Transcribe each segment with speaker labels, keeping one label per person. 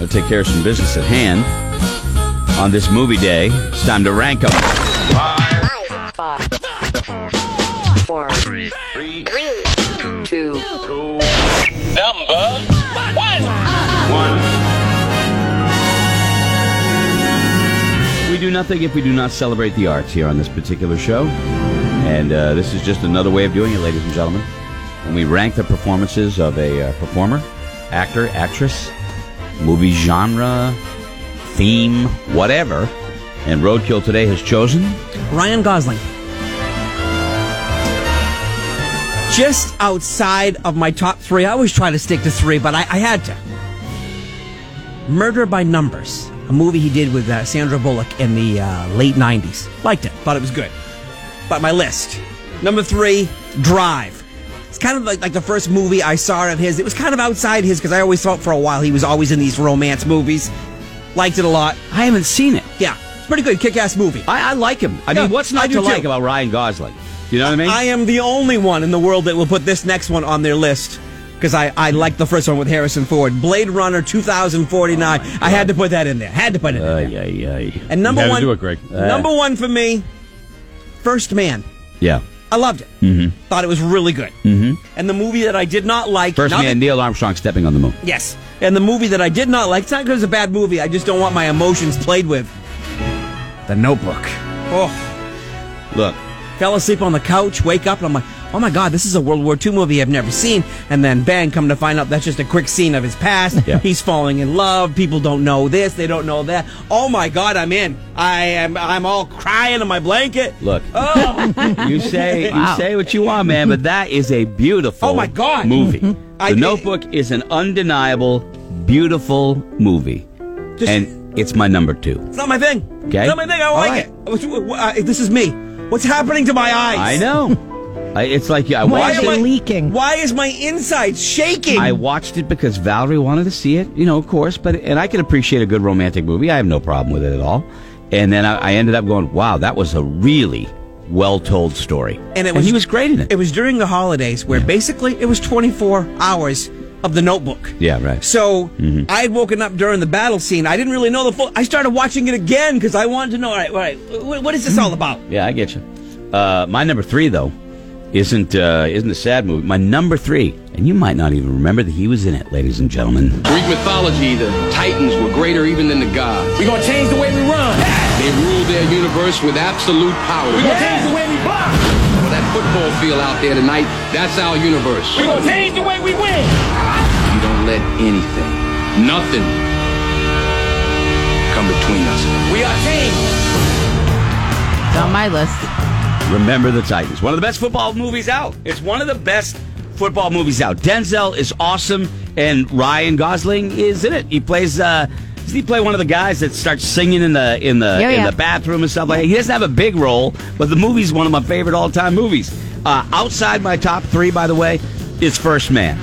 Speaker 1: I'll take care of some business at hand. On this movie day, it's time to rank them.
Speaker 2: Five, five, four, three, two,
Speaker 1: We do nothing if we do not celebrate the arts here on this particular show. And uh, this is just another way of doing it, ladies and gentlemen. When we rank the performances of a uh, performer, actor, actress, movie genre, theme, whatever. And Roadkill today has chosen.
Speaker 3: Ryan Gosling. Just outside of my top three. I always try to stick to three, but I, I had to. Murder by Numbers, a movie he did with uh, Sandra Bullock in the uh, late 90s. Liked it, thought it was good. But my list. Number three, Drive. It's kind of like, like the first movie I saw of his. It was kind of outside his because I always thought for a while he was always in these romance movies. Liked it a lot.
Speaker 1: I haven't seen it.
Speaker 3: Yeah, it's pretty good. Kick ass movie.
Speaker 1: I, I like him. I
Speaker 3: Yeah,
Speaker 1: mean, what's
Speaker 3: I
Speaker 1: not
Speaker 3: do
Speaker 1: to
Speaker 3: too.
Speaker 1: like about Ryan Gosling? You know what I mean?
Speaker 3: I am the only one in the world that will put this next one on their list because I, I like the first one with Harrison Ford. Blade Runner 2049. I had to put that in there. Had to put it in
Speaker 1: Ay,
Speaker 3: there.
Speaker 1: ay, ay.
Speaker 3: And number
Speaker 4: You had to
Speaker 3: one,
Speaker 4: do it, Greg.
Speaker 1: Uh,
Speaker 3: number one for me, First Man.
Speaker 1: Yeah.
Speaker 3: I loved it. Mm-hmm. Thought it was really good. Mm-hmm. And the movie that I did not like.
Speaker 1: First
Speaker 3: not
Speaker 1: man,
Speaker 3: that-
Speaker 1: Neil Armstrong stepping on the moon.
Speaker 3: yes. And the movie that I did not like. It's not because it's a bad movie. I just don't want my emotions played with. The Notebook. Oh.
Speaker 1: Look,
Speaker 3: Fell asleep on the couch, wake up, and I'm like, oh my god, this is a World War II movie I've never seen. And then bang, come to find out that's just a quick scene of his past.
Speaker 1: Yeah.
Speaker 3: He's falling in love. People don't know this, they don't know that. Oh my god, I'm in. I am I'm all crying in my blanket.
Speaker 1: look.
Speaker 3: Oh,
Speaker 1: You say
Speaker 5: Wow.
Speaker 1: you say what you want, man, but that is a beautiful
Speaker 3: Oh, my God.
Speaker 1: movie.
Speaker 3: I-
Speaker 1: the Notebook is an undeniable, beautiful movie,
Speaker 3: Just-
Speaker 1: and it's my number two.
Speaker 3: it's not my thing.
Speaker 1: Okay.
Speaker 3: It's not my thing. I don't
Speaker 1: All
Speaker 3: like
Speaker 1: right.
Speaker 3: it. What's- wh- wh- uh, This is me. What's happening to my eyes?
Speaker 1: I know. I, it's like yeah, I
Speaker 5: Why
Speaker 1: watched
Speaker 5: am
Speaker 1: it.
Speaker 5: I- leaking?
Speaker 3: Why is my insides shaking?
Speaker 1: I watched it because Valerie wanted to see it, you know, of course. But and I can appreciate a good romantic movie. I have no problem with it at all. And then I, I ended up going, wow, that was a really well-told story.
Speaker 3: and it was
Speaker 1: he was great in it.
Speaker 3: It was during the holidays where basically it was 24 hours of the Notebook.
Speaker 1: Yeah, right.
Speaker 3: So
Speaker 1: Mm-hmm.
Speaker 3: I had woken up during the battle scene. I didn't really know the full. I started watching it again because I wanted to know. All right, all right, wh- what is this all about?
Speaker 1: Yeah, I get you. Uh, my number three, though, isn't uh, isn't a sad movie. My number three, and you might not even remember that he was in it, ladies and gentlemen.
Speaker 6: Greek mythology, the Titans were greater even than the gods. We're gonna change the way we run. They ruled their universe with absolute power. We're gonna change the way we block. Well, that football field out there tonight, that's our universe. We're gonna change the way we win. You don't let anything, nothing, come between us. We are changed.
Speaker 5: It's on my list.
Speaker 1: Remember the Titans, one of the best football movies out. It's one of the best football movies out. Denzel is awesome, and Ryan Gosling is in it. He plays. Uh, does he play one of the guys that starts singing in the in the
Speaker 5: Yeah,
Speaker 1: in
Speaker 5: yeah.
Speaker 1: the bathroom and stuff like that? He doesn't have a big role, but the movie's one of my favorite all time movies. Uh, outside my top three, by the way, is First Man.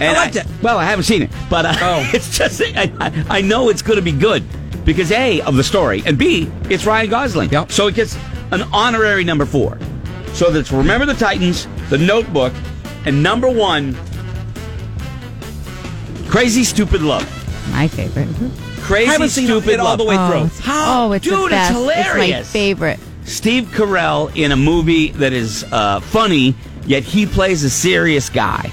Speaker 1: And
Speaker 3: liked it.
Speaker 1: Well, I haven't seen it, but uh,
Speaker 3: Oh.
Speaker 1: it's just I, I- I know it's going to be good because a of the story and b it's Ryan Gosling.
Speaker 3: Yep.
Speaker 1: So it gets an honorary number four. So that's Remember the Titans, The Notebook, and number one, Crazy Stupid Love.
Speaker 5: My favorite.
Speaker 1: Crazy
Speaker 3: Haven't seen
Speaker 1: Stupid
Speaker 3: it
Speaker 1: Love.
Speaker 3: all the way
Speaker 5: Oh,
Speaker 3: through.
Speaker 5: it's,
Speaker 1: How?
Speaker 5: oh, it's
Speaker 1: Dude,
Speaker 5: the
Speaker 1: it's
Speaker 5: best.
Speaker 1: hilarious.
Speaker 5: It's my favorite.
Speaker 1: Steve Carell in a movie that is uh, funny, yet he plays a serious guy,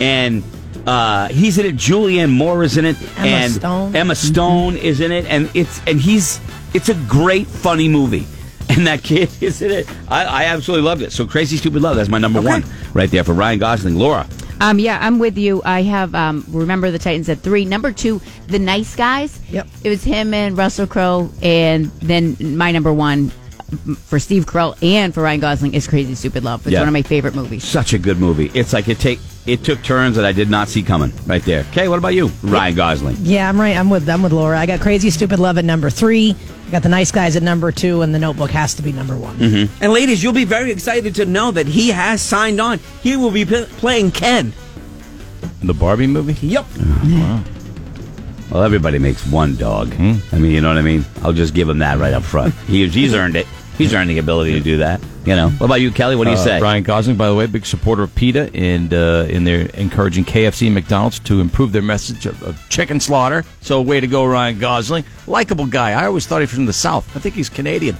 Speaker 1: and uh, he's in it. Julianne Moore is in it,
Speaker 5: Emma
Speaker 1: and
Speaker 5: Stone.
Speaker 1: Emma Stone is in it, and it's and he's it's a great funny movie, and that kid is in it. I, I absolutely loved it. So crazy, stupid love. That's my number one right there for Ryan Gosling, Laura.
Speaker 5: Um, yeah, I'm with you. I have um, remember the Titans at three. Number two, the Nice Guys.
Speaker 3: Yep.
Speaker 5: It was him and Russell Crowe, and then my number one for Steve Carell and for Ryan Gosling is Crazy Stupid Love. It's
Speaker 1: Yeah.
Speaker 5: one of my favorite movies.
Speaker 1: Such a good movie. It's like it take it took turns that I did not see coming. Right there. Okay, what about you, Ryan Gosling?
Speaker 7: Yeah, I'm right. I'm with them with Laura. I got Crazy Stupid Love at number three. I got the Nice Guys at number two, and the Notebook has to be number one.
Speaker 3: And ladies, you'll be very excited to know that he has signed on. He will be p- playing Ken.
Speaker 4: The Barbie movie?
Speaker 3: Yep.
Speaker 1: Uh, Well,
Speaker 4: Hmm?
Speaker 1: everybody makes one dog. I mean, you know what I mean? I'll just give him that right up front. He, he's earned it. He's earned the ability to do that. You know. What about you, Kelly? What do you
Speaker 4: Uh,
Speaker 1: say?
Speaker 4: Ryan Gosling, by the way, big supporter of PETA, and uh, and they're encouraging KFC and McDonald's to improve their message of, of chicken slaughter. So, way to go, Ryan Gosling. Likeable guy. I always thought he was from the South. I think he's Canadian.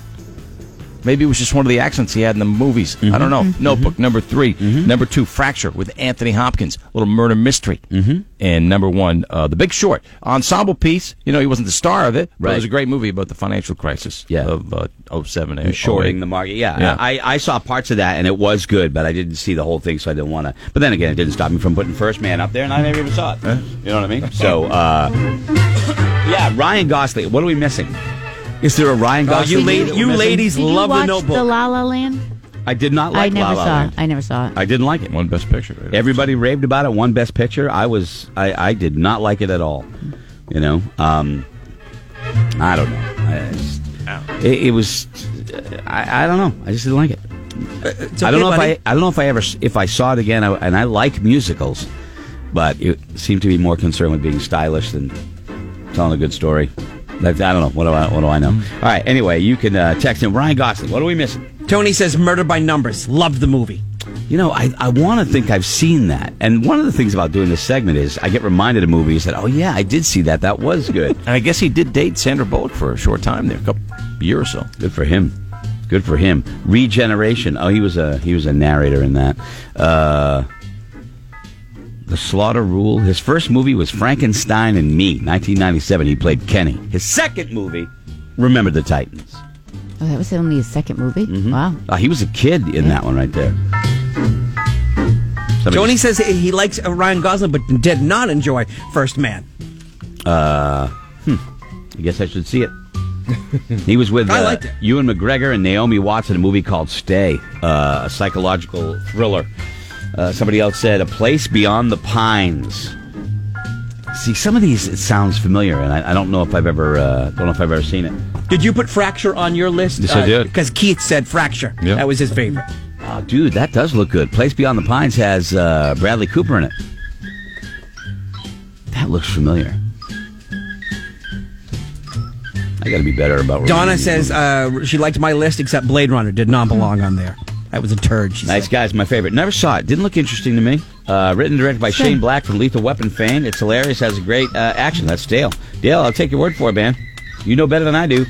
Speaker 4: Maybe it was just one of the accents he had in the movies.
Speaker 1: Mm-hmm.
Speaker 4: I don't know. Notebook, number 3 Number two, Fracture with Anthony Hopkins. Little murder mystery. Mm-hmm. And number one, uh, The Big Short. Ensemble piece. You know, he wasn't the star of it, but
Speaker 1: Right.
Speaker 4: it was a great movie about the financial crisis
Speaker 1: Yeah.
Speaker 4: of uh, 07 and
Speaker 1: And shorting
Speaker 4: 08.
Speaker 1: the market. Yeah,
Speaker 4: Yeah.
Speaker 1: I, I saw parts of that and it was good, but I didn't see the whole thing, so I didn't want to. But then again, it didn't stop me from putting First Man up there, and I never even saw it. You know what I mean? So, uh, yeah, Ryan Gosling. What are we missing? Is there a Ryan
Speaker 3: Oh, you
Speaker 1: Gosling? movie
Speaker 3: la-
Speaker 1: that
Speaker 3: you
Speaker 1: we're missing?
Speaker 3: ladies
Speaker 5: Did you
Speaker 3: love the
Speaker 5: watch
Speaker 3: Notebook.
Speaker 5: The La La Land?
Speaker 1: I did not
Speaker 5: I
Speaker 1: like.
Speaker 5: never
Speaker 1: La La
Speaker 5: saw.
Speaker 1: Land.
Speaker 5: it. I never saw it.
Speaker 1: I didn't like it.
Speaker 4: One best picture. right?
Speaker 1: Everybody raved about it. One Best Picture. I was. I, I did not like it at all. You know. Um, I don't know. I just- it, it was. I, I don't know. I just didn't like it. I don't know if I. I don't know if I ever. If I saw it again, I, and I like musicals, but it seemed to be more concerned with being stylish than telling a good story. Like, I don't know. What do I? What do I know? All right. Anyway, you can uh, text him. Ryan Gosling. What are we missing?
Speaker 3: Tony says Murder by Numbers. Loved the movie.
Speaker 1: You know, I, I want to think I've seen that. And one of the things about doing this segment is I get reminded of movies that, oh, yeah, I did see that. That was good.
Speaker 4: And I guess he did date Sandra Bullock for a short time there, a couple year or so.
Speaker 1: good for him. Good for him. Regeneration. Oh, he was a he was a narrator in that. Uh, the Slaughter Rule. His first movie was Frankenstein and Me, 1997. He played Kenny. His second movie, Remember the Titans.
Speaker 5: Oh, that was only his second movie. Wow.
Speaker 1: Uh, he was a kid in that one right there. Somebody-
Speaker 3: Tony says he he likes uh, Ryan Gosling, but did not enjoy First Man.
Speaker 1: I guess I should see it. He was with
Speaker 3: I
Speaker 1: uh,
Speaker 3: liked it.
Speaker 1: Ewan McGregor and Naomi Watts in a movie called Stay, uh, a psychological thriller. Uh, somebody else said A Place Beyond the Pines. See, some of these it sounds familiar, and I, I don't know if I've ever uh, don't know if I've ever seen it.
Speaker 3: Did you put Fracture on your list?
Speaker 4: Yes, I did.
Speaker 3: Because Keith said Fracture.
Speaker 4: Yeah.
Speaker 3: That was his favorite.
Speaker 1: Oh, dude, that does look good. Place Beyond the Pines has uh, Bradley Cooper in it. That looks familiar. I got to be better about. remembering
Speaker 3: Donna
Speaker 1: these
Speaker 3: says
Speaker 1: movies.
Speaker 3: uh, she liked my list except Blade Runner. Did not belong on there. That was a turd. She
Speaker 1: Nice
Speaker 3: said.
Speaker 1: guy's my favorite. Never saw it. Didn't look interesting to me. Uh, written and directed by Shane Black from Lethal Weapon fame. It's hilarious. Has a great uh, action. That's Dale. Dale, I'll take your word for it, man. You know better than I do.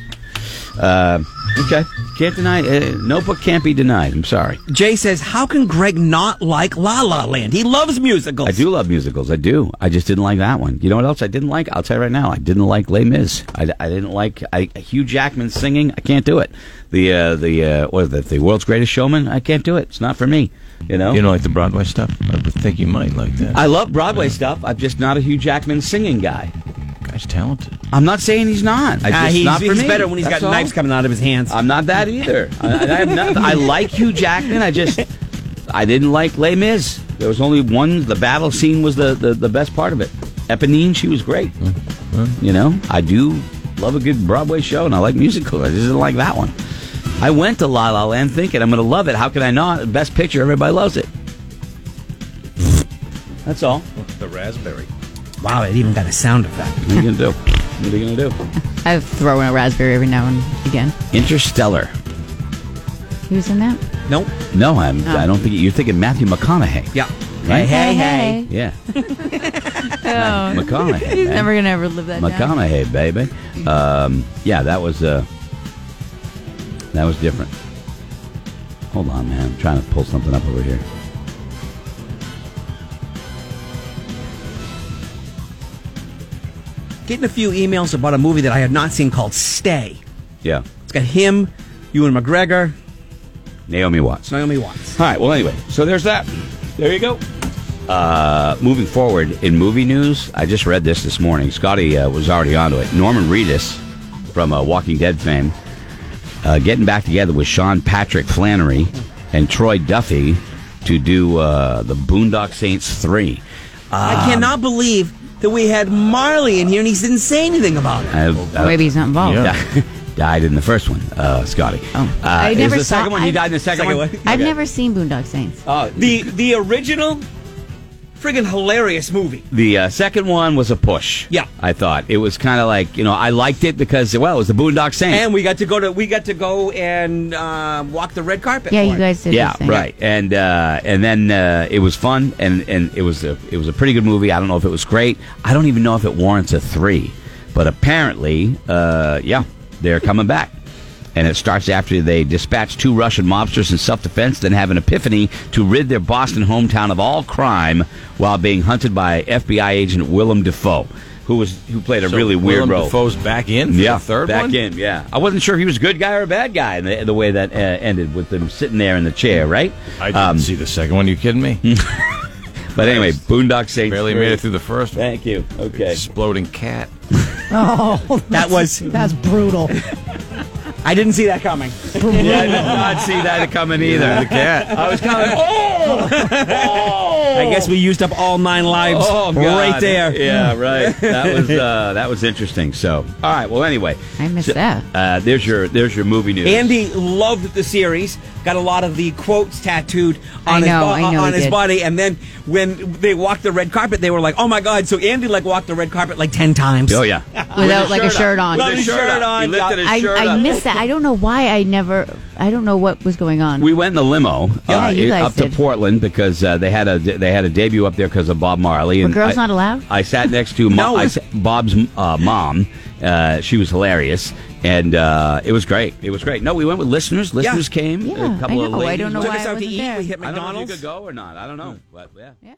Speaker 1: Uh, okay, can't deny. Uh, notebook can't be denied. I'm sorry.
Speaker 3: Jay says, "How can Greg not like La La Land? He loves musicals." Uh,
Speaker 1: I do love musicals. I do. I just didn't like that one. You know what else I didn't like? I'll tell you right now. I didn't like Les Mis. I, I didn't like I, Hugh Jackman singing. I can't do it. The uh, the uh, what is that? The world's greatest showman. I can't do it. It's not for me. You know.
Speaker 4: You know, like the Broadway stuff? I would think you might like that.
Speaker 1: I love Broadway stuff. I'm just not a Hugh Jackman singing guy.
Speaker 4: Guy's talented.
Speaker 1: I'm not saying he's not. I just,
Speaker 3: Ah, he's
Speaker 1: not for
Speaker 3: he's
Speaker 1: me.
Speaker 3: better when he's
Speaker 1: That's
Speaker 3: got
Speaker 1: all.
Speaker 3: knives coming out of his hands.
Speaker 1: I'm not that either. I, I, am not, I like Hugh Jackman. I just I didn't like Les Mis. There was only one. The battle scene was the the, the best part of it. Eponine, she was great.
Speaker 3: Mm,
Speaker 1: You know, I do love a good Broadway show, and I like musicals. I just didn't like that one. I went to La La Land thinking I'm going to love it. How can I not? Best picture, everybody loves it. That's all.
Speaker 3: wow, it even got a sound effect.
Speaker 1: What are you going to do? What are you going to do?
Speaker 5: I throw in a raspberry every now and again.
Speaker 1: Interstellar.
Speaker 5: He was in that.
Speaker 3: Nope.
Speaker 1: No, I'm.
Speaker 5: Oh.
Speaker 1: I don't think you're thinking Matthew McConaughey.
Speaker 3: Yeah.
Speaker 1: Right?
Speaker 3: Hey, hey,
Speaker 5: hey.
Speaker 1: Yeah. Oh, McConaughey.
Speaker 5: He's
Speaker 1: man.
Speaker 5: never gonna ever live that down.
Speaker 1: McConaughey, baby. Um, yeah, that was uh, that was different. Hold on, man. I'm trying to pull something up over here.
Speaker 3: Getting a few emails about a movie that I had not seen called Stay.
Speaker 1: Yeah,
Speaker 3: It's got him, Ewan McGregor,
Speaker 1: Naomi Watts.
Speaker 3: Naomi Watts.
Speaker 1: All right. Well, anyway, so there's that. There you go. Uh, moving forward in movie news, I just read this this morning. Scotty uh, was already onto it. Norman Reedus from uh, Walking Dead fame uh, getting back together with Sean Patrick Flannery and Troy Duffy to do uh, the Boondock Saints three.
Speaker 3: I cannot believe that we had Marley in here and he didn't say anything about it.
Speaker 1: I,
Speaker 5: Or maybe he's not involved.
Speaker 4: Yeah.
Speaker 1: uh, died in the first one, uh, Scotty.
Speaker 5: Oh.
Speaker 1: Uh,
Speaker 5: I
Speaker 1: is
Speaker 5: never
Speaker 1: the
Speaker 5: saw-
Speaker 1: second one. He
Speaker 5: I-
Speaker 1: died in the second,
Speaker 3: Second
Speaker 1: one.
Speaker 3: one.
Speaker 5: I've
Speaker 1: Okay.
Speaker 3: Uh,
Speaker 5: never seen Boondock Saints.
Speaker 1: Oh,
Speaker 3: The the original friggin' hilarious movie.
Speaker 1: The uh, second one was a push.
Speaker 3: Yeah.
Speaker 1: I thought it was kind of like you know I liked it because well it was the Boondock Saints.
Speaker 3: And we got to go to we got to go and um, walk the red carpet.
Speaker 5: Yeah,
Speaker 3: for
Speaker 5: you
Speaker 3: it.
Speaker 5: guys did.
Speaker 1: yeah,
Speaker 5: this thing.
Speaker 1: right. And uh, and then uh, it was fun, and, and it was a it was a pretty good movie. I don't know if it was great. I don't even know if it warrants a three, but apparently, uh, yeah, they're coming back. And it starts after they dispatch two Russian mobsters in self defense, then have an epiphany to rid their Boston hometown of all crime while being hunted by FBI agent Willem Dafoe, who was who played a
Speaker 4: So
Speaker 1: really weird
Speaker 4: Willem
Speaker 1: role
Speaker 4: Dafoe's back in. For the third
Speaker 1: back
Speaker 4: one?
Speaker 1: in. Yeah, I wasn't sure if he was a good guy or a bad guy. in The, the way that uh, ended with them sitting there in the chair, right? Um,
Speaker 4: I didn't see the second one. you kidding me?
Speaker 1: But anyway, Boondock Saints
Speaker 4: Barely made it through the first one.
Speaker 1: Thank you. Okay.
Speaker 4: Exploding cat.
Speaker 7: Oh,
Speaker 3: That was
Speaker 7: that's brutal.
Speaker 3: I didn't see that coming.
Speaker 1: Yeah, I did not see that coming either.
Speaker 4: The cat.
Speaker 1: I was kind of oh,
Speaker 5: Oh.
Speaker 3: I guess we used up all nine lives right
Speaker 1: "Oh, God.
Speaker 3: there.
Speaker 1: Yeah, right. That was uh, that was interesting. So, all right. Well, anyway,
Speaker 5: I missed that.
Speaker 1: Uh, there's your there's your movie news.
Speaker 3: Andy loved the series. Got a lot of the quotes tattooed on
Speaker 5: I
Speaker 3: his,
Speaker 5: know,
Speaker 3: bo-
Speaker 5: I know
Speaker 3: on
Speaker 5: he
Speaker 3: his
Speaker 5: did.
Speaker 3: body. And then when they walked the red carpet, they were like, "Oh my god!" So Andy like walked the red carpet like ten times.
Speaker 1: Oh yeah.
Speaker 5: Without like a shirt on.
Speaker 1: With his
Speaker 3: With his
Speaker 1: shirt
Speaker 3: shirt
Speaker 1: up. He
Speaker 3: on.
Speaker 1: lifted his
Speaker 5: I,
Speaker 1: shirt
Speaker 5: I
Speaker 1: up.
Speaker 5: missed that. I don't know why I never. I don't know what was going on.
Speaker 1: We went in the limo
Speaker 5: Yeah,
Speaker 1: uh,
Speaker 5: you guys
Speaker 1: up to
Speaker 5: did.
Speaker 1: Portland because uh, they had a they had a debut up there because of Bob Marley.
Speaker 5: Were girls not allowed?
Speaker 1: I sat next to
Speaker 3: No.
Speaker 1: Mo- I sa- Bob's uh, mom. Uh, she was hilarious, and uh, it was great. It was great. No, we went with listeners. Listeners came.
Speaker 5: Yeah,
Speaker 1: a couple
Speaker 5: I
Speaker 1: of
Speaker 5: know. I
Speaker 1: ladies.
Speaker 5: don't know
Speaker 3: Took
Speaker 5: why
Speaker 3: us
Speaker 5: I
Speaker 3: out to
Speaker 5: wasn't
Speaker 3: eat.
Speaker 5: there.
Speaker 3: We hit
Speaker 1: I don't know if you
Speaker 3: McDonald's.
Speaker 1: could go or not. I don't know. But, yeah.
Speaker 5: Yeah.